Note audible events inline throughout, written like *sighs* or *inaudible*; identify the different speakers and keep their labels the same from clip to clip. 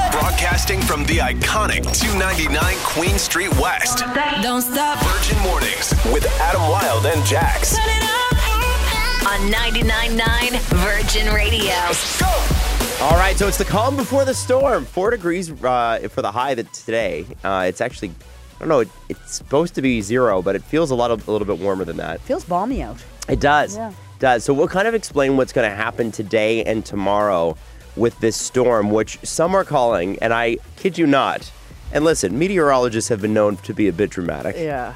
Speaker 1: Broadcasting from the iconic 299 Queen Street West.
Speaker 2: Don't stop.
Speaker 1: Virgin Mornings with Adam Wilde and Jax.
Speaker 3: on 99.9 Virgin Radio.
Speaker 4: All right, so it's the calm before the storm. Four degrees uh, for the high that today. Uh, it's actually, I don't know, it, it's supposed to be zero, but it feels a lot of, a little bit warmer than that.
Speaker 5: Feels balmy out.
Speaker 4: It does.
Speaker 5: Yeah.
Speaker 4: Does. So we'll kind of explain what's going to happen today and tomorrow with this storm, which some are calling, and I kid you not. And listen, meteorologists have been known to be a bit dramatic.
Speaker 5: Yeah.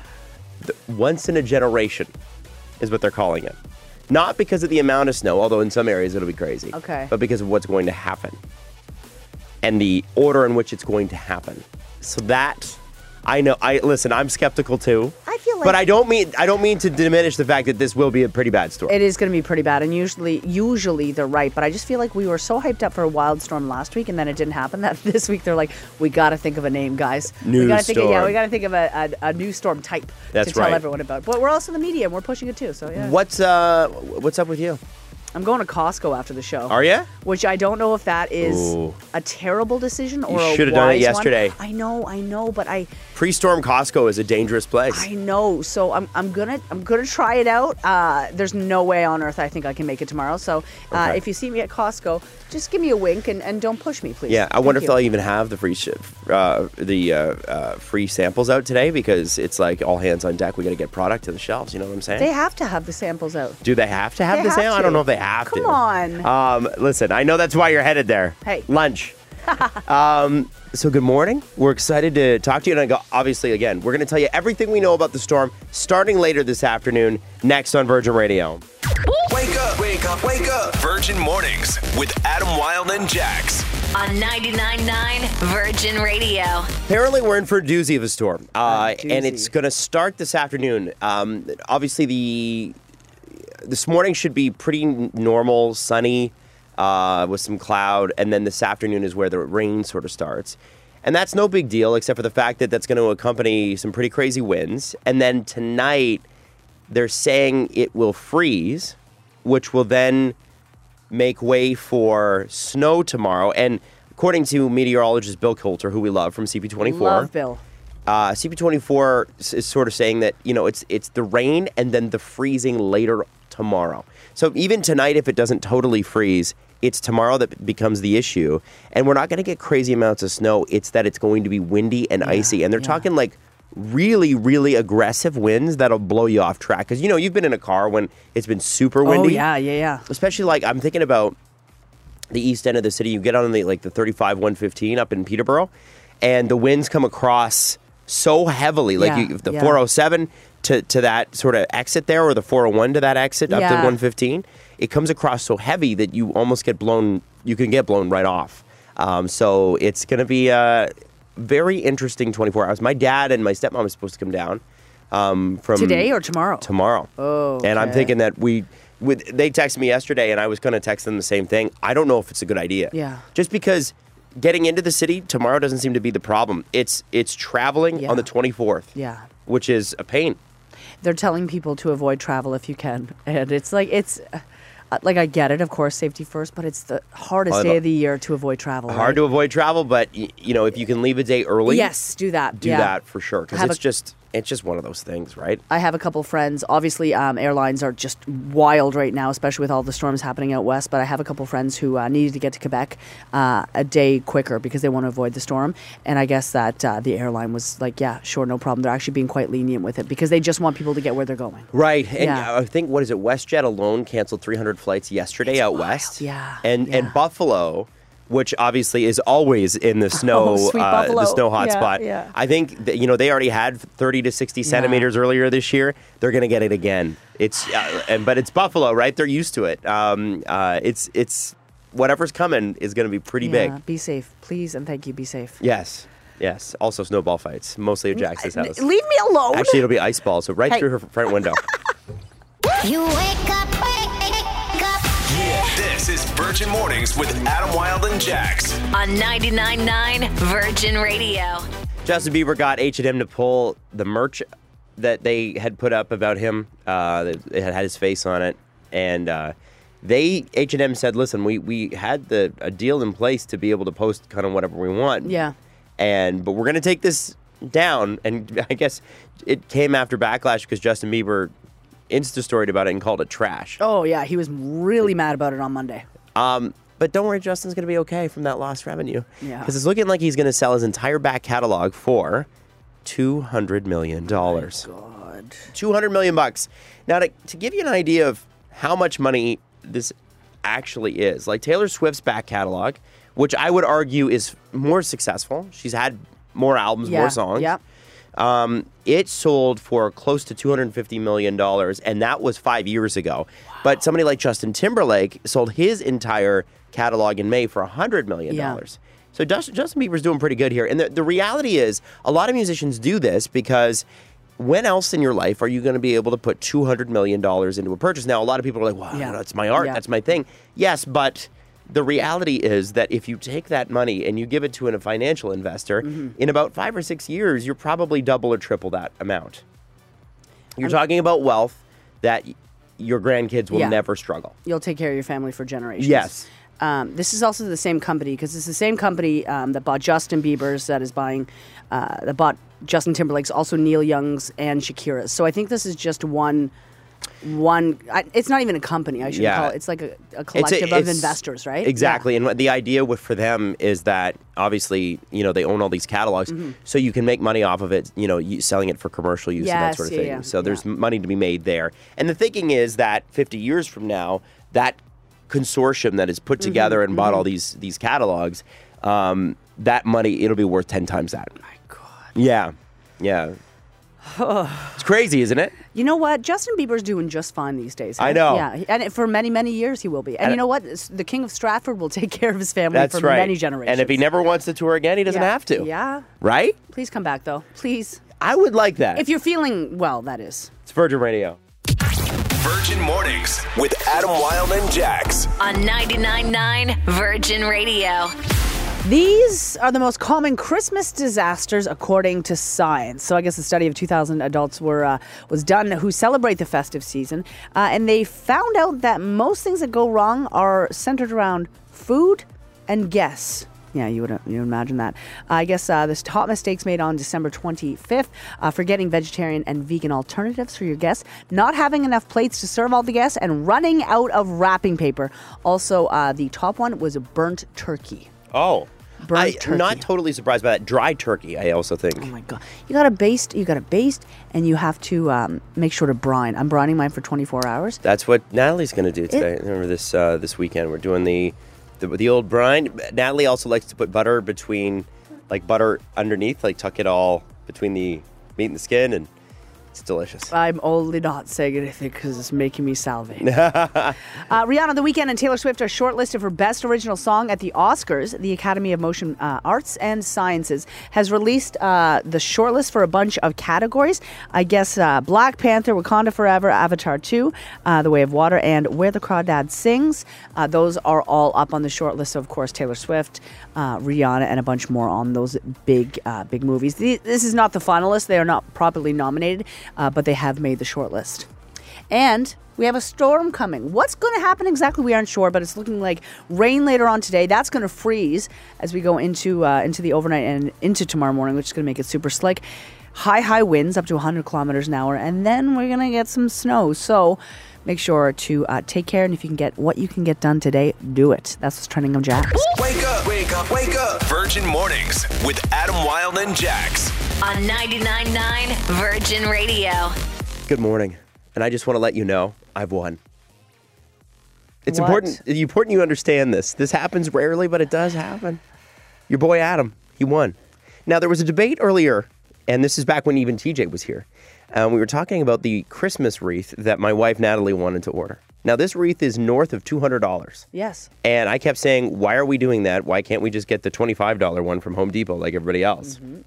Speaker 4: Once in a generation is what they're calling it. Not because of the amount of snow, although in some areas it'll be crazy.
Speaker 5: Okay.
Speaker 4: But because of what's going to happen and the order in which it's going to happen. So that I know I listen, I'm skeptical too.
Speaker 5: I feel
Speaker 4: But
Speaker 5: like-
Speaker 4: I don't mean I don't mean to diminish the fact that this will be a pretty bad storm.
Speaker 5: It is going to be pretty bad, and usually, usually they're right. But I just feel like we were so hyped up for a wild storm last week, and then it didn't happen. That *laughs* this week they're like, we got to think of a name, guys.
Speaker 4: New
Speaker 5: we gotta Think of, yeah,
Speaker 4: storm.
Speaker 5: we got to think of a, a, a new storm type
Speaker 4: That's
Speaker 5: to tell
Speaker 4: right.
Speaker 5: everyone about. But we're also in the media, and we're pushing it too. So yeah,
Speaker 4: What's uh what's up with you?
Speaker 5: I'm going to Costco after the show.
Speaker 4: Are ya?
Speaker 5: Which I don't know if that is
Speaker 4: Ooh.
Speaker 5: a terrible decision or a
Speaker 4: shoulda done it
Speaker 5: wise one.
Speaker 4: yesterday.
Speaker 5: I know, I know, but I.
Speaker 4: Pre-storm Costco is a dangerous place.
Speaker 5: I know. So I'm, I'm gonna I'm gonna try it out. Uh, there's no way on earth I think I can make it tomorrow. So uh,
Speaker 4: Okay.
Speaker 5: if you see me at Costco, just give me a wink and, and don't push me, please.
Speaker 4: yeah, I
Speaker 5: Thank
Speaker 4: wonder if
Speaker 5: you.
Speaker 4: they'll even have the free sh- uh, the uh, uh, free samples out today because it's like all hands on deck. We got to get product to the shelves. You know what I'm saying?
Speaker 5: They have to have the samples out.
Speaker 4: Do they have to have
Speaker 5: They
Speaker 4: the
Speaker 5: have
Speaker 4: sale? I don't
Speaker 5: to.
Speaker 4: know if they have to. Uh,
Speaker 5: Come on.
Speaker 4: Um, listen, I know that's why you're headed there.
Speaker 5: Hey.
Speaker 4: Lunch.
Speaker 5: *laughs*
Speaker 4: um, so good morning. We're excited to talk to you. And I go, obviously, again, we're going to tell you everything we know about the storm starting later this afternoon, next on Virgin Radio.
Speaker 1: Wake up, wake up, wake up. Virgin Mornings with Adam Wilde and Jax.
Speaker 3: On 99.9 Virgin Radio.
Speaker 4: Apparently, we're in for a doozy of a storm, uh,
Speaker 5: A doozy.
Speaker 4: and it's going to start this afternoon. Um, obviously, the this morning should be pretty n- normal, sunny, uh, with some cloud, and then this afternoon is where the rain sort of starts, and that's no big deal, except for the fact that that's going to accompany some pretty crazy winds, and then tonight they're saying it will freeze, which will then make way for snow tomorrow. And according to meteorologist Bill Coulter, who we love from CP24,
Speaker 5: Love Bill.
Speaker 4: uh, CP24 s- is sort of saying that you know it's it's the rain and then the freezing later tomorrow. So even tonight, if it doesn't totally freeze, it's tomorrow that becomes the issue. And we're not going to get crazy amounts of snow. It's that it's going to be windy and icy, and they're talking like really really aggressive winds that'll blow you off track because you know you've been in a car when it's been super windy
Speaker 5: Oh yeah, yeah, yeah.
Speaker 4: especially like I'm thinking about the east end of the city. You get on the like the 35 115 up in Peterborough, and the winds come across so heavily, like
Speaker 5: Yeah,
Speaker 4: you, the
Speaker 5: yeah.
Speaker 4: 407 to to that sort of exit there, or the 401 to that exit up to
Speaker 5: Yeah.
Speaker 4: 115. It comes across so heavy that you almost get blown. You can get blown right off. Um, so it's going to be a very interesting 24 hours. My dad and my stepmom is supposed to come down um, from
Speaker 5: Today or tomorrow?
Speaker 4: tomorrow. Oh, and I'm
Speaker 5: okay.
Speaker 4: thinking that we. With, they texted me yesterday, and I was going to text them the same thing. I don't know if it's a good idea.
Speaker 5: Yeah.
Speaker 4: Just because getting into the city tomorrow doesn't seem to be the problem. It's it's traveling
Speaker 5: Yeah.
Speaker 4: on the 24th.
Speaker 5: Yeah.
Speaker 4: Which is a pain.
Speaker 5: They're telling people to avoid travel if you can, and it's like it's. uh, Like I get it, of course, safety first, but it's the hardest
Speaker 4: Oh,
Speaker 5: day of the year to avoid travel.
Speaker 4: Hard to avoid travel, but y- you know if you can leave a day early.
Speaker 5: Yes, do that.
Speaker 4: Do
Speaker 5: yeah.
Speaker 4: that for sure because
Speaker 5: Have
Speaker 4: it's
Speaker 5: a-
Speaker 4: just it's just one of those things, right?
Speaker 5: I have a couple friends. Obviously, um, airlines are just wild right now, especially with all the storms happening out west. But I have a couple friends who uh, needed to get to Quebec uh, a day quicker because they want to avoid the storm. And I guess that uh, the airline was like, "Yeah, sure, no problem." They're actually being quite lenient with it because they just want people to get where they're going.
Speaker 4: Right, and
Speaker 5: Yeah.
Speaker 4: I think what is it? WestJet alone canceled 300 flights yesterday out west.
Speaker 5: Yeah,
Speaker 4: and
Speaker 5: yeah. Oh,
Speaker 4: and Buffalo, which obviously is always in
Speaker 5: *laughs*
Speaker 4: the snow,
Speaker 5: sweet
Speaker 4: uh, the
Speaker 5: Buffalo.
Speaker 4: snow
Speaker 5: Yeah,
Speaker 4: hotspot.
Speaker 5: yeah.
Speaker 4: I think that, you know they already had 30 to 60 centimeters earlier this year. They're going to get it again. It's uh, and but it's Buffalo, right? They're used to it. Um, uh, it's it's whatever's coming is going to be pretty
Speaker 5: Yeah,
Speaker 4: big.
Speaker 5: be safe, please, and thank you. Be safe.
Speaker 4: Yes, yes. Also snowball fights, mostly at Jackson's house.
Speaker 5: Leave me alone.
Speaker 4: Actually, it'll be ice balls, so right
Speaker 5: Hey.
Speaker 4: through her front
Speaker 5: *laughs*
Speaker 4: window.
Speaker 6: You wake up, wake up.
Speaker 1: This is Virgin Mornings with Adam Wilde and Jax.
Speaker 3: On 99.9 Virgin Radio.
Speaker 4: Justin Bieber got H&M to pull the merch that they had put up about him. Uh, it had had his face on it, and uh, They H and M said, "Listen, we we had the a deal in place to be able to post kind of whatever we want."
Speaker 5: Yeah.
Speaker 4: And but we're gonna take this down, and *laughs* I guess it came after backlash because Justin Bieber Insta storied about it and called it trash.
Speaker 5: Oh yeah, he was really mad about it on Monday.
Speaker 4: But don't worry, Justin's going to be okay from that lost revenue.
Speaker 5: Yeah.
Speaker 4: Because it's looking like he's going to sell his entire back catalog for $200 million.
Speaker 5: God.
Speaker 4: 200 million bucks. Now, to, to give you an idea of how much money this actually is, like Taylor Swift's back catalog, which I would argue is more successful, she's had more albums,
Speaker 5: Yeah.
Speaker 4: more songs.
Speaker 5: Yep.
Speaker 4: Um, it sold for close to $250 million, and that was five years ago. But somebody like Justin Timberlake sold his entire catalog in May for $100 million.
Speaker 5: Yeah.
Speaker 4: So Dust- Justin Bieber's doing pretty good here. And the, the reality is, a lot of musicians do this because when else in your life are you going to be able to put $200 million into a purchase? Now, a lot of people are like, wow,
Speaker 5: Yeah.
Speaker 4: that's my art,
Speaker 5: Yeah.
Speaker 4: that's my thing. Yes, but. The reality is that if you take that money and you give it to a financial investor,
Speaker 5: Mm-hmm.
Speaker 4: in about five or six years, you're probably double or triple that amount. You're talking about wealth that y- your grandkids will
Speaker 5: Yeah.
Speaker 4: never struggle.
Speaker 5: You'll take care of your family for generations.
Speaker 4: Yes.
Speaker 5: Um, this is also the same company because it's the same company um, that bought Justin Bieber's, that is buying, uh, that bought Justin Timberlake's, also Neil Young's and Shakira's. So I think this is just one, one. I, it's not even a company. I should
Speaker 4: Yeah.
Speaker 5: call it. It's like a, a
Speaker 4: It's a-
Speaker 5: collective of
Speaker 4: it's-
Speaker 5: investors, right? Yeah.
Speaker 4: Exactly. And what the idea with, for them is that obviously, you know, they own all these catalogs,
Speaker 5: Mm-hmm.
Speaker 4: so you can make money off of it, you know, you, selling it for commercial use and that
Speaker 5: Yes,
Speaker 4: sort of
Speaker 5: yeah,
Speaker 4: thing.
Speaker 5: yeah,
Speaker 4: so there's
Speaker 5: yeah.
Speaker 4: money to be made there. And the thinking is that 50 years from now, that consortium that is put
Speaker 5: Mm-hmm,
Speaker 4: together and bought all these these catalogs, um, that money it'll be worth 10 times that.
Speaker 5: God.
Speaker 4: Yeah.
Speaker 5: *sighs*
Speaker 4: Yeah. it's crazy, isn't it?
Speaker 5: You know what? Justin Bieber's doing just fine these days.
Speaker 4: I
Speaker 5: huh?
Speaker 4: know.
Speaker 5: Yeah, and it, for many, many years he will be. And,
Speaker 4: And-
Speaker 5: you know what? It's- The King of Stratford will *laughs* take care of his family
Speaker 4: That's
Speaker 5: for
Speaker 4: right.
Speaker 5: many generations.
Speaker 4: And if he never wants to tour again, he doesn't
Speaker 5: Yeah.
Speaker 4: have to.
Speaker 5: Yeah.
Speaker 4: Right?
Speaker 5: Please come back though. Please.
Speaker 4: I would like that.
Speaker 5: If you're feeling well, that is.
Speaker 4: it's Virgin Radio.
Speaker 1: Virgin Mornings with Adam Wilde and Jax.
Speaker 3: on 99.9 Virgin Radio.
Speaker 5: These are the most common Christmas disasters according to science. So I guess a study of 2,000 adults were uh, was done who celebrate the festive season, uh, and they found out that most things that go wrong are centered around food and guests. Yeah, you would uh, you would imagine that. I guess uh, this top mistakes made on December 25th, uh, forgetting vegetarian and vegan alternatives for your guests, not having enough plates to serve all the guests, and running out of wrapping paper. Also, uh, the top one was burnt turkey.
Speaker 4: Oh.
Speaker 5: Burnt
Speaker 4: I-
Speaker 5: turkey.
Speaker 4: Not totally surprised by that. Dry turkey, I also think.
Speaker 5: Oh my god! You got to baste. You got to baste, and you have to um, make sure to brine. I'm brining mine for 24 hours.
Speaker 4: That's what Natalie's going to do today. Remember this uh, this weekend we're doing the, the the old brine. Natalie also likes to put butter between, like butter underneath, like tuck it all between the meat and the skin, and it's delicious.
Speaker 5: I'm only not saying anything because it's making me salivate. uh, Rihanna, The Weeknd, and Taylor Swift are shortlisted for Best Original Song at the Oscars. The Academy of Motion uh, Arts and Sciences has released uh, the shortlist for a bunch of categories. I guess uh, Black Panther, Wakanda Forever, Avatar 2, uh, The Way of Water, and Where the Crawdad Sings. Uh, those are all up on the shortlist. So, of course, Taylor Swift, uh, Rihanna, and a bunch more on those big, uh, big movies. The- This is not the finalists. They are not properly nominated, uh, but they have made the shortlist. And we have a storm coming. What's going to happen exactly? We aren't sure, but it's looking like rain later on today. That's going to freeze as we go into uh, into the overnight and into tomorrow morning, which is going to make it super slick. High high winds up to 100 kilometers an hour, and then we're going to get some snow. So make sure to uh, take care, and if you can get what you can get done today, do it. That's what's trending on Jack.
Speaker 1: Wake up, wake up, wake up. Virgin Mornings with Adam Wilde and Jax.
Speaker 3: On 99.9 Virgin Radio.
Speaker 4: Good morning, and I just want to let you know I've won. It's
Speaker 5: What?
Speaker 4: important. It's important you understand this. This happens rarely, but it does happen. Your boy Adam, he won. Now there was a debate earlier, and this is back when even TJ was here. Um, we were talking about the Christmas wreath that my wife Natalie wanted to order. Now this wreath is north of two hundred dollars.
Speaker 5: Yes.
Speaker 4: And I kept saying, why are we doing that? Why can't we just get the $25 one from Home Depot like everybody else?
Speaker 5: Mm-hmm.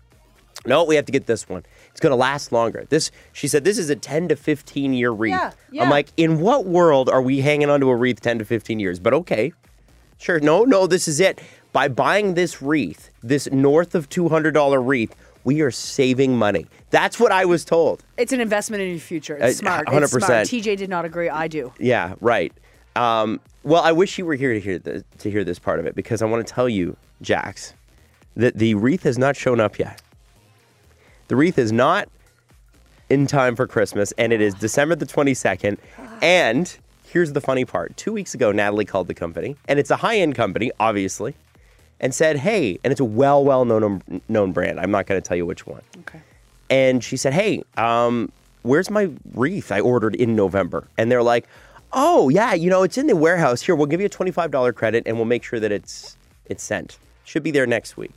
Speaker 4: No, we have to get this one. It's going to last longer. This, she said, this is a 10 to 15 year wreath.
Speaker 5: Yeah, yeah.
Speaker 4: I'm like, in what world are we hanging onto a wreath 10 to 15 years? But okay, sure. No, no, this is it. By buying this wreath, this north of $200 wreath, we are saving money. That's what I was told.
Speaker 5: It's an investment in your future.
Speaker 4: Uh,
Speaker 5: It's smart. It's smart.
Speaker 4: 100%.
Speaker 5: TJ did not agree. I do.
Speaker 4: Yeah, right. Um, well, I wish you were here to hear the, to hear this part of it because I want to tell you, Jax, that the wreath has not shown up yet. The wreath is not in time for Christmas, and it is December the 22nd. And here's the funny part: two weeks ago, Natalie called the company, and it's a high-end company, obviously, and said, "Hey," and it's a well, well-known um, known brand. I'm not going to tell you which one
Speaker 5: Okay.
Speaker 4: and she said, "Hey, um, where's my wreath I ordered in November?" And they're like, "Oh yeah, you know it's in the warehouse. Here, we'll give you a twenty-five dollar credit, and we'll make sure that it's it's sent. Should be there next week."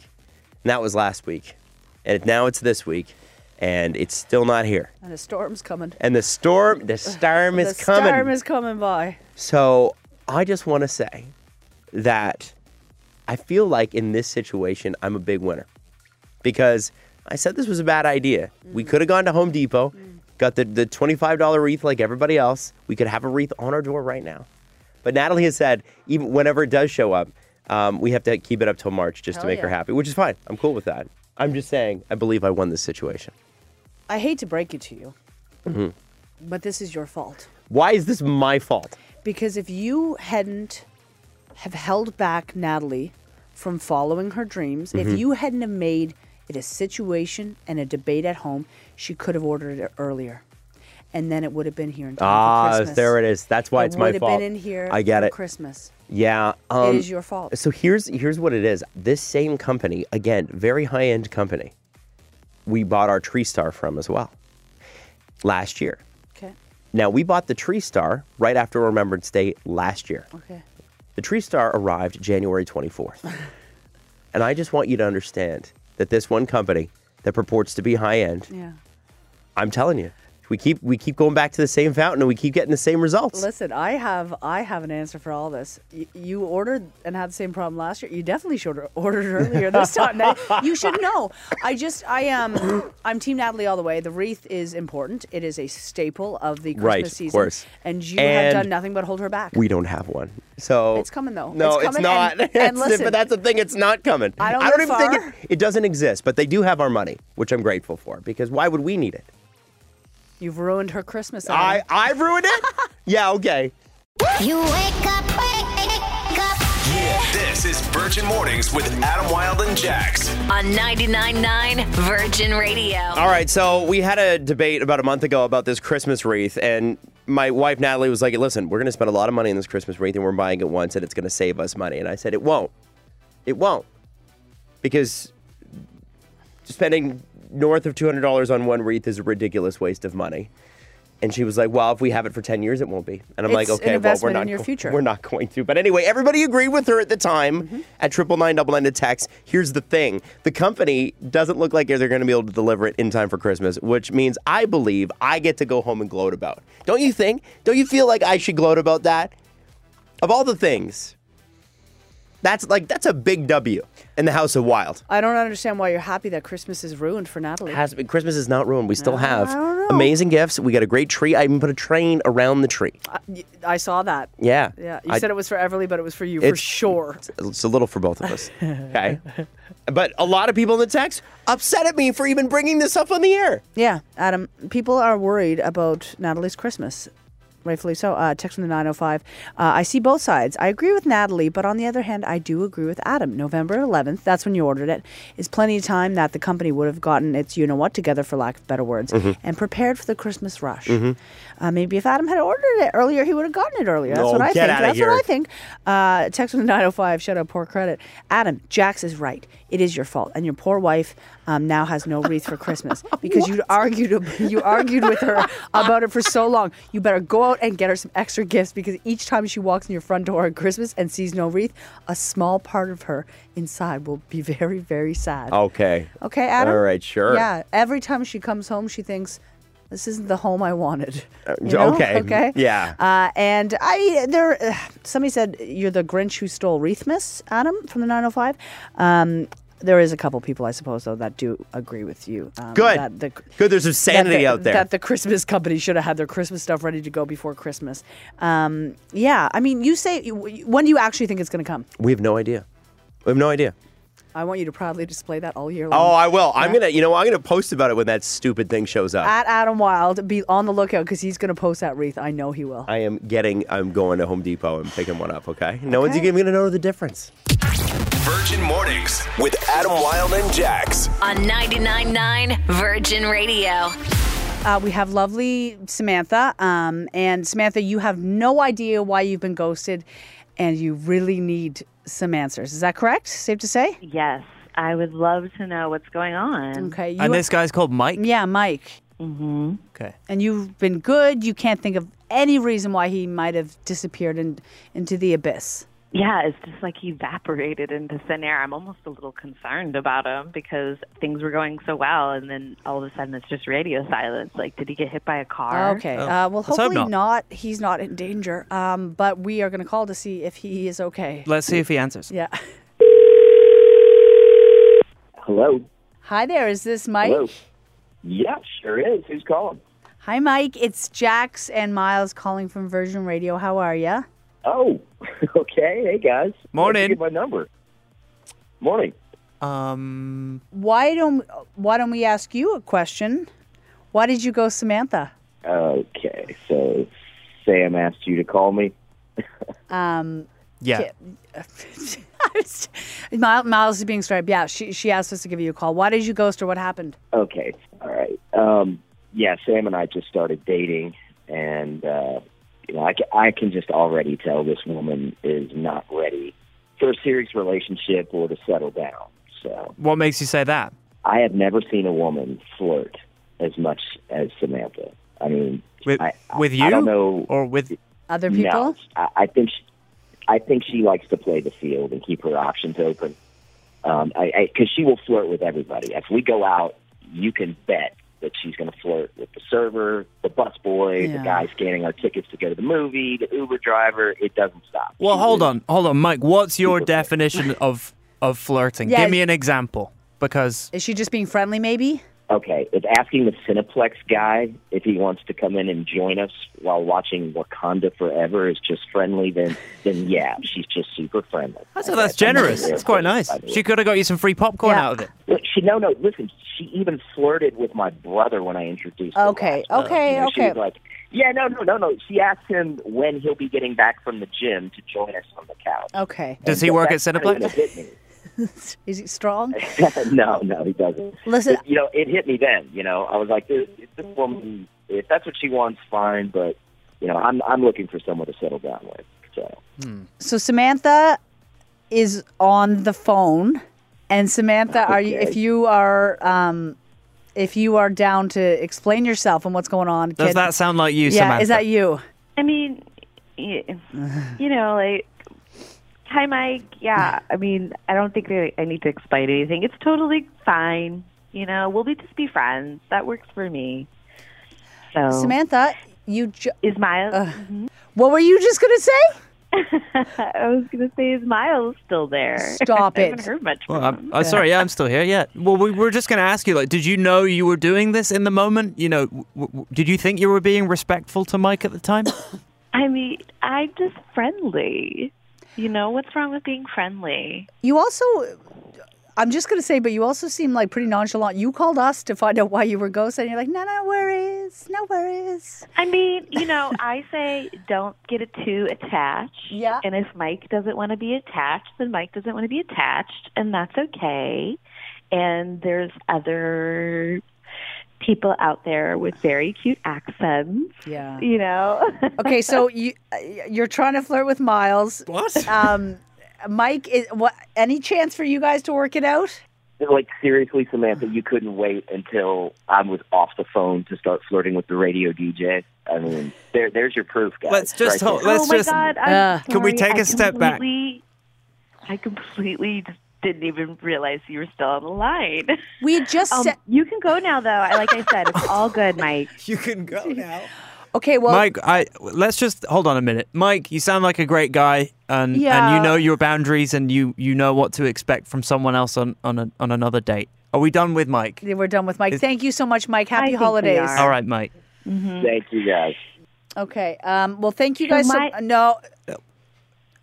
Speaker 4: And that was last week, and now it's this week, and it's still not here.
Speaker 5: And a storm's coming.
Speaker 4: And the storm, the storm
Speaker 5: the
Speaker 4: is coming.
Speaker 5: storm is coming by.
Speaker 4: So I just want to say that I feel like in this situation, I'm a big winner because I said this was a bad idea.
Speaker 5: Mm.
Speaker 4: We could have gone to Home Depot, got the, the $25 wreath like everybody else. We could have a wreath on our door right now. But Natalie has said, even whenever it does show up, um, we have to keep it up till March just to
Speaker 5: Hell
Speaker 4: make her
Speaker 5: yeah.
Speaker 4: happy, which is fine. I'm cool with that. I'm just saying, I believe I won this situation.
Speaker 5: I hate to break it to you,
Speaker 4: Mm-hmm.
Speaker 5: but this is your fault.
Speaker 4: Why is this my fault?
Speaker 5: Because if you hadn't have held back Natalie from following her dreams,
Speaker 4: Mm-hmm.
Speaker 5: if you hadn't have made it a situation and a debate at home, she could have ordered it earlier. And then it would have been here in time for
Speaker 4: Ah,
Speaker 5: Christmas.
Speaker 4: there it is. That's why it's my
Speaker 5: would have
Speaker 4: fault.
Speaker 5: been in here
Speaker 4: I get
Speaker 5: for
Speaker 4: it.
Speaker 5: Christmas.
Speaker 4: Yeah, um,
Speaker 5: is your fault.
Speaker 4: So here's here's what it is. This same company, again, very high end company, we bought our Tree Star from as well last year.
Speaker 5: Okay.
Speaker 4: Now we bought the Tree Star right after Remembrance Day last year.
Speaker 5: Okay.
Speaker 4: The Tree Star arrived January
Speaker 5: *laughs*
Speaker 4: 24th, and I just want you to understand that this one company that purports to be high end,
Speaker 5: Yeah.
Speaker 4: I'm telling you, we keep we keep going back to the same fountain and we keep getting the same results.
Speaker 5: Listen, I have I have an answer for all this. Y- you ordered and had the same problem last year. You definitely should have *laughs* ordered earlier this time. Now, you should know. I just I am I'm Team Natalie all the way. The wreath is important. It is a staple of the Christmas
Speaker 4: Right, of
Speaker 5: season.
Speaker 4: course.
Speaker 5: And you
Speaker 4: And
Speaker 5: have done nothing but hold her back.
Speaker 4: We don't have one. So
Speaker 5: It's coming, though.
Speaker 4: No,
Speaker 5: It's
Speaker 4: it's,
Speaker 5: coming,
Speaker 4: not. *laughs*
Speaker 5: and-
Speaker 4: That's
Speaker 5: and
Speaker 4: it,
Speaker 5: listen.
Speaker 4: but that's the thing. It's not coming.
Speaker 5: I don't live
Speaker 4: even think
Speaker 5: far.
Speaker 4: it, it doesn't exist. But they do have our money, which I'm grateful for because why would we need it?
Speaker 5: You've ruined her Christmas.
Speaker 4: I
Speaker 5: Adam.
Speaker 4: I ruined
Speaker 5: *laughs*
Speaker 4: it. yeah. Okay.
Speaker 6: You wake up, wake up.
Speaker 1: This is Virgin Mornings with Adam Wilde and Jax.
Speaker 3: on 99.9 Virgin Radio.
Speaker 4: All right. So we had a debate about a month ago about this Christmas wreath, and my wife Natalie was like, "Listen, we're going to spend a lot of money on this Christmas wreath, and we're buying it once, and it's going to save us money." And I said, "It won't. It won't, because spending north of two hundred dollars on one wreath is a ridiculous waste of money." And she was like, "Well, if we have it for ten years, it won't be." And I'm like,
Speaker 5: It's an
Speaker 4: "Okay, well, we're
Speaker 5: investment
Speaker 4: not
Speaker 5: in your
Speaker 4: go-
Speaker 5: future." Mm-hmm.
Speaker 4: we're not going to." But anyway, everybody agreed with her at the time at triple nine double ended text. Here's the thing: the company doesn't look like they're going to be able to deliver it in time for Christmas, which means I believe I get to go home and gloat about. Don't you think? Don't you feel like I should gloat about that? Of all the things, that's like that's a big W in the House of Wild.
Speaker 5: I don't understand why you're happy that Christmas is ruined for Natalie.
Speaker 4: Has been, Christmas is not ruined. We still have
Speaker 5: don't know.
Speaker 4: amazing gifts. We got a great tree. I even put a train around the tree.
Speaker 5: Y- I saw that.
Speaker 4: Yeah.
Speaker 5: Yeah. You
Speaker 4: I-
Speaker 5: said it was for Everly, but it was for you for
Speaker 4: It's-
Speaker 5: sure.
Speaker 4: *laughs* It's a little for both of us.
Speaker 5: *laughs*
Speaker 4: Okay. but a lot of people in the text upset at me for even bringing this up on the air.
Speaker 5: Yeah, Adam, people are worried about Natalie's Christmas. Rightfully so. Uh, text from the 905. Uh, I see both sides. I agree with Natalie, but on the other hand, I do agree with Adam. November 11th, that's when you ordered it, is plenty of time that the company would have gotten its you know what together, for lack of better words,
Speaker 4: Mm-hmm.
Speaker 5: and prepared for the Christmas rush. Uh, maybe if Adam had ordered it earlier, he would have gotten it earlier. That's
Speaker 4: No,
Speaker 5: what I
Speaker 4: get
Speaker 5: think.
Speaker 4: outta
Speaker 5: That's
Speaker 4: here.
Speaker 5: what I think. Uh, text from the 905. Shut up, poor credit. Adam, Jax is right. It is your fault, and your poor wife um, now has no wreath for Christmas because you argued you argued with her about it for so long. You better go out and get her some extra gifts because each time she walks in your front door at Christmas and sees no wreath, a small part of her inside will be very, very sad.
Speaker 4: Okay.
Speaker 5: Okay, Adam.
Speaker 4: All right, sure.
Speaker 5: Yeah. Every time she comes home, she thinks, "This isn't the home I wanted." You
Speaker 4: d-
Speaker 5: know?
Speaker 4: Uh, okay,
Speaker 5: Okay.
Speaker 4: yeah.
Speaker 5: Uh, and I there, *sighs* uh, somebody said you're the Grinch who stole Wreathmas, Adam from the 905. Um, there is a couple people, I suppose, though, that do agree with you. Um,
Speaker 4: Good.
Speaker 5: That the,
Speaker 4: Good. There's some sanity
Speaker 5: that the-
Speaker 4: out there.
Speaker 5: That the Christmas company should have had their Christmas stuff ready to go before Christmas. Um, yeah, I mean, you say, when do you actually think it's going to come?
Speaker 4: we have no idea. We have no idea.
Speaker 5: I want you to proudly display that all year
Speaker 4: Oh,
Speaker 5: long.
Speaker 4: I will. I'm gonna. You know, I'm gonna post about it when that stupid thing shows up.
Speaker 5: At Adam Wild, be on the lookout because he's going to post that wreath. I know he will.
Speaker 4: I am getting. I'm going to Home Depot and picking one up. Okay. No one's
Speaker 5: Okay.
Speaker 4: even gonna know the difference.
Speaker 1: Virgin Mornings with Adam Wilde and Jax.
Speaker 3: on 99.9 Virgin Radio.
Speaker 5: Uh, we have lovely Samantha. Um, and Samantha, you have no idea why you've been ghosted and you really need some answers. Is that correct? Safe to say?
Speaker 2: Yes, I would love to know what's going on.
Speaker 5: Okay. You
Speaker 7: And this guy's called Mike.
Speaker 5: yeah, Mike.
Speaker 7: Okay.
Speaker 5: And you've been good. You can't think of any reason why he might have disappeared in, into the abyss.
Speaker 2: Yeah, it's just like he evaporated into thin air. I'm almost a little concerned about him because things were going so well, and then all of a sudden it's just radio silence. Like, did he get hit by a car?
Speaker 5: Okay. Uh, well,
Speaker 7: Oh, let's hope
Speaker 5: hopefully
Speaker 7: not.
Speaker 5: He's not in danger. Um, but we are going to call to see if he is okay.
Speaker 7: Let's see if he answers.
Speaker 5: Yeah.
Speaker 8: Hello.
Speaker 5: Hi there. Is this Mike?
Speaker 8: Hello. Yeah, sure is. Who's calling?
Speaker 5: Hi, Mike. It's Jax and Miles calling from Virgin Radio. How are you?
Speaker 8: Oh, *laughs* okay. Hey guys.
Speaker 7: Morning.
Speaker 8: Where'd you Get my number. Morning.
Speaker 7: Um,
Speaker 5: Why don't Why don't we ask you a question? Why did you go, Samantha? *laughs*
Speaker 8: Okay, so Sam asked you to call me.
Speaker 5: Um,
Speaker 7: yeah.
Speaker 5: Yeah. I was- Miles Miles is being straight. Yeah, she she asked us to give you a call. Why did you ghost her? What happened?
Speaker 8: Okay. All right. Um, yeah, Sam and I just started dating, and uh, you know, I can, I can just already tell this woman is not ready for a serious relationship or to settle down. So
Speaker 7: What makes you say that?
Speaker 8: I have never seen a woman flirt as much as Samantha. I mean,
Speaker 7: With,
Speaker 8: I, I-
Speaker 7: with you?
Speaker 8: I don't know.
Speaker 7: Or with.
Speaker 5: Other people?
Speaker 8: No, I, I think she, I think she likes to play the field and keep her options open. Um, I, I, cause she will flirt with everybody. If we go out, you can bet that she's going to flirt with the server, the busboy,
Speaker 5: Yeah.
Speaker 8: the guy scanning our tickets to go to the movie, the Uber driver. It doesn't stop.
Speaker 7: Well,
Speaker 8: She
Speaker 7: hold
Speaker 8: is-
Speaker 7: on. Hold on, Mike. What's
Speaker 5: *laughs*
Speaker 7: your definition of, of flirting?
Speaker 5: Yeah.
Speaker 7: Give me an example. Because.
Speaker 5: Is she just being friendly? Maybe.
Speaker 8: Okay, if asking the Cineplex guy if he wants to come in and join us while watching Wakanda Forever is just friendly, then then yeah, she's just super friendly.
Speaker 5: *laughs*
Speaker 7: So that's generous. It's quite nice. She could have got you some free popcorn
Speaker 5: Yeah.
Speaker 7: out of it.
Speaker 8: Look, she no no listen. She even flirted with my brother when I introduced. her
Speaker 5: Okay,
Speaker 8: last time.
Speaker 5: okay,
Speaker 8: You know, She
Speaker 5: okay.
Speaker 8: was like, yeah, no, no, no, no. She asked him when he'll be getting back from the gym to join us on the couch.
Speaker 5: Okay.
Speaker 7: Does
Speaker 8: And
Speaker 7: he
Speaker 8: so
Speaker 7: work at
Speaker 8: that's kinda
Speaker 7: Cineplex?
Speaker 8: when it hit
Speaker 5: Is he
Speaker 8: *laughs*
Speaker 5: strong?
Speaker 8: me. no, no, he doesn't.
Speaker 5: Listen-
Speaker 8: But, you know, it hit me then. You know, I was like, this, this woman, if that's what she wants, fine. But you know, I'm I'm looking for someone to settle down with. So
Speaker 5: So Samantha is on the phone, and Samantha, are you?
Speaker 8: Okay.
Speaker 5: If you are, um, if you are down to explain yourself and what's going on,
Speaker 7: Does
Speaker 5: kid-
Speaker 7: that sound like you,
Speaker 5: Yeah,
Speaker 7: Samantha?
Speaker 5: is that you?
Speaker 2: I mean,
Speaker 5: *laughs*
Speaker 2: y- you know, like, hi, Mike. Yeah, I mean, I don't think I I need to explain anything. It's totally fine. You know, we'll be just be friends. That works for me. So,
Speaker 5: Samantha, you. Ju-
Speaker 2: is Miles?
Speaker 5: what were you just gonna say?
Speaker 2: I was gonna say, is Miles still there?
Speaker 5: Stop
Speaker 2: *laughs* I haven't
Speaker 5: it.
Speaker 2: heard much.
Speaker 7: Well,
Speaker 2: from him.
Speaker 7: I'm, I'm Uh, sorry. Yeah, I'm still here. Yeah. Well, we were just going to ask you, like, did you know you were doing this in the moment? You know, w- w- did you think you were being respectful to Mike at the time?
Speaker 2: I mean, I'm just friendly. You know, what's wrong with being friendly?
Speaker 5: You also. I'm just gonna say, but you also seem like pretty nonchalant. You called us to find out why you were ghosted. And you're like, no, no worries, no worries.
Speaker 2: I mean,
Speaker 5: *laughs*
Speaker 2: you know, I say don't get it too attached.
Speaker 5: Yeah.
Speaker 2: And if Mike doesn't want to be attached, then Mike doesn't want to be attached, and that's okay. And there's other people out there with very cute accents.
Speaker 5: Yeah.
Speaker 2: You know. *laughs*
Speaker 5: Okay, so you uh, you're trying to flirt with Miles.
Speaker 7: What?
Speaker 5: Um, Mike, is, what? Any chance for you guys to work it out?
Speaker 8: like seriously, Samantha, you couldn't wait until I was off the phone to start flirting with the radio DJ. I mean, there, there's your proof, guys.
Speaker 7: Let's just
Speaker 8: right
Speaker 7: hold-
Speaker 8: there.
Speaker 7: let's
Speaker 2: oh my
Speaker 7: just-
Speaker 2: God, I'm
Speaker 5: Uh,
Speaker 7: Can we
Speaker 2: sorry.
Speaker 7: take
Speaker 2: I
Speaker 7: a step back?
Speaker 2: completely- I completely just didn't even realize you were still on the line.
Speaker 5: We had just
Speaker 2: *laughs* Um,
Speaker 5: said.
Speaker 2: you can go now, though. I Like I said,
Speaker 7: *laughs*
Speaker 2: it's all good, Mike.
Speaker 7: *laughs* you can go now.
Speaker 5: Okay, well,
Speaker 7: Mike, I let's just hold on a minute. Mike, you sound like a great guy, and and
Speaker 5: Yeah.
Speaker 7: you know your boundaries, and you you know what to expect from someone else on on a, on another date. Are we done with Mike?
Speaker 5: we're done with Mike. Thank you so much, Mike. Happy
Speaker 2: think we
Speaker 5: holidays.
Speaker 2: are.
Speaker 7: All right, Mike.
Speaker 8: Thank you, guys.
Speaker 5: Okay. Um, well, thank you
Speaker 2: So
Speaker 5: guys. So,
Speaker 2: my-
Speaker 5: no.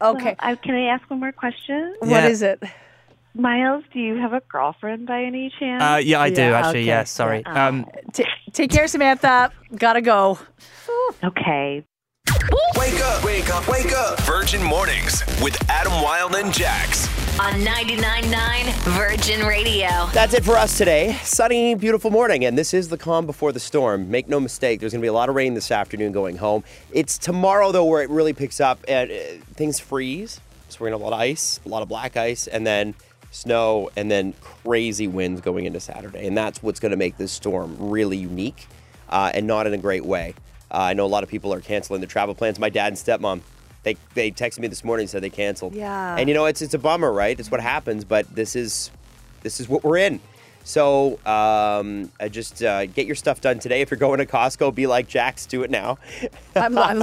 Speaker 5: Okay.
Speaker 2: Well, I, can I Uh, ask one more question?
Speaker 5: What
Speaker 7: Yeah.
Speaker 5: is it?
Speaker 2: Miles, do you have a girlfriend by any chance?
Speaker 7: Uh, yeah, I do
Speaker 5: Yeah,
Speaker 7: actually.
Speaker 5: okay.
Speaker 7: Yeah, sorry. Um,
Speaker 5: T- take care, Samantha. Gotta go.
Speaker 2: okay.
Speaker 1: Wake up, wake up, wake up. Virgin Mornings with Adam Wilde and Jax.
Speaker 3: On 99.9 Virgin Radio.
Speaker 4: That's it for us today. Sunny, beautiful morning, and this is the calm before the storm. Make no mistake, there's going to be a lot of rain this afternoon going home. It's tomorrow, though, where it really picks up and uh, things freeze. So we're going to have a lot of ice, a lot of black ice, and then snow, and then crazy winds going into Saturday. And that's what's going to make this storm really unique uh, and not in a great way. Uh, I know a lot of people are canceling their travel plans. My dad and stepmom. They, they texted me this morning and said they canceled.
Speaker 5: Yeah.
Speaker 4: And you know, it's it's a bummer, right? It's what happens, but this is this is what we're in. So um, I just uh, get your stuff done today. If you're going to Costco, be like Jax. Do it now. *laughs*
Speaker 5: I'm, I'm,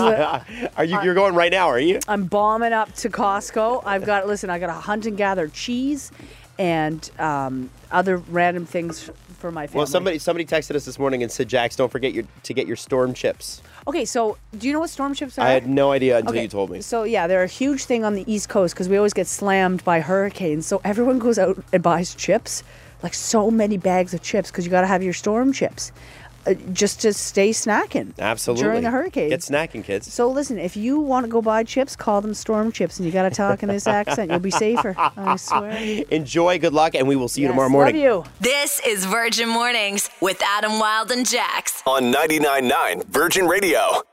Speaker 4: are you? You're going right now, are you?
Speaker 5: I'm bombing up to Costco. I've got listen. I got to hunt and gather cheese and um, other random things for my family.
Speaker 4: Well, somebody somebody texted us this morning and said, Jax, don't forget your to get your storm chips.
Speaker 5: Okay, so do you know what storm chips are?
Speaker 4: I had no idea until
Speaker 5: Okay,
Speaker 4: you told me.
Speaker 5: So yeah, they're a huge thing on the East Coast because we always get slammed by hurricanes. So everyone goes out and buys chips, like so many bags of chips, because you got to have your storm chips, uh, just to stay snacking.
Speaker 4: Absolutely.
Speaker 5: During a hurricane.
Speaker 4: Get snacking, kids.
Speaker 5: so listen, if you want to go buy chips, call them storm chips, and you got to talk in this accent. You'll be safer.
Speaker 4: *laughs*
Speaker 5: I swear. See
Speaker 4: Enjoy. Good luck, and we will see you tomorrow morning.
Speaker 5: Love you.
Speaker 3: This is Virgin Mornings with Adam Wilde and Jax.
Speaker 1: On 99.9 Virgin Radio.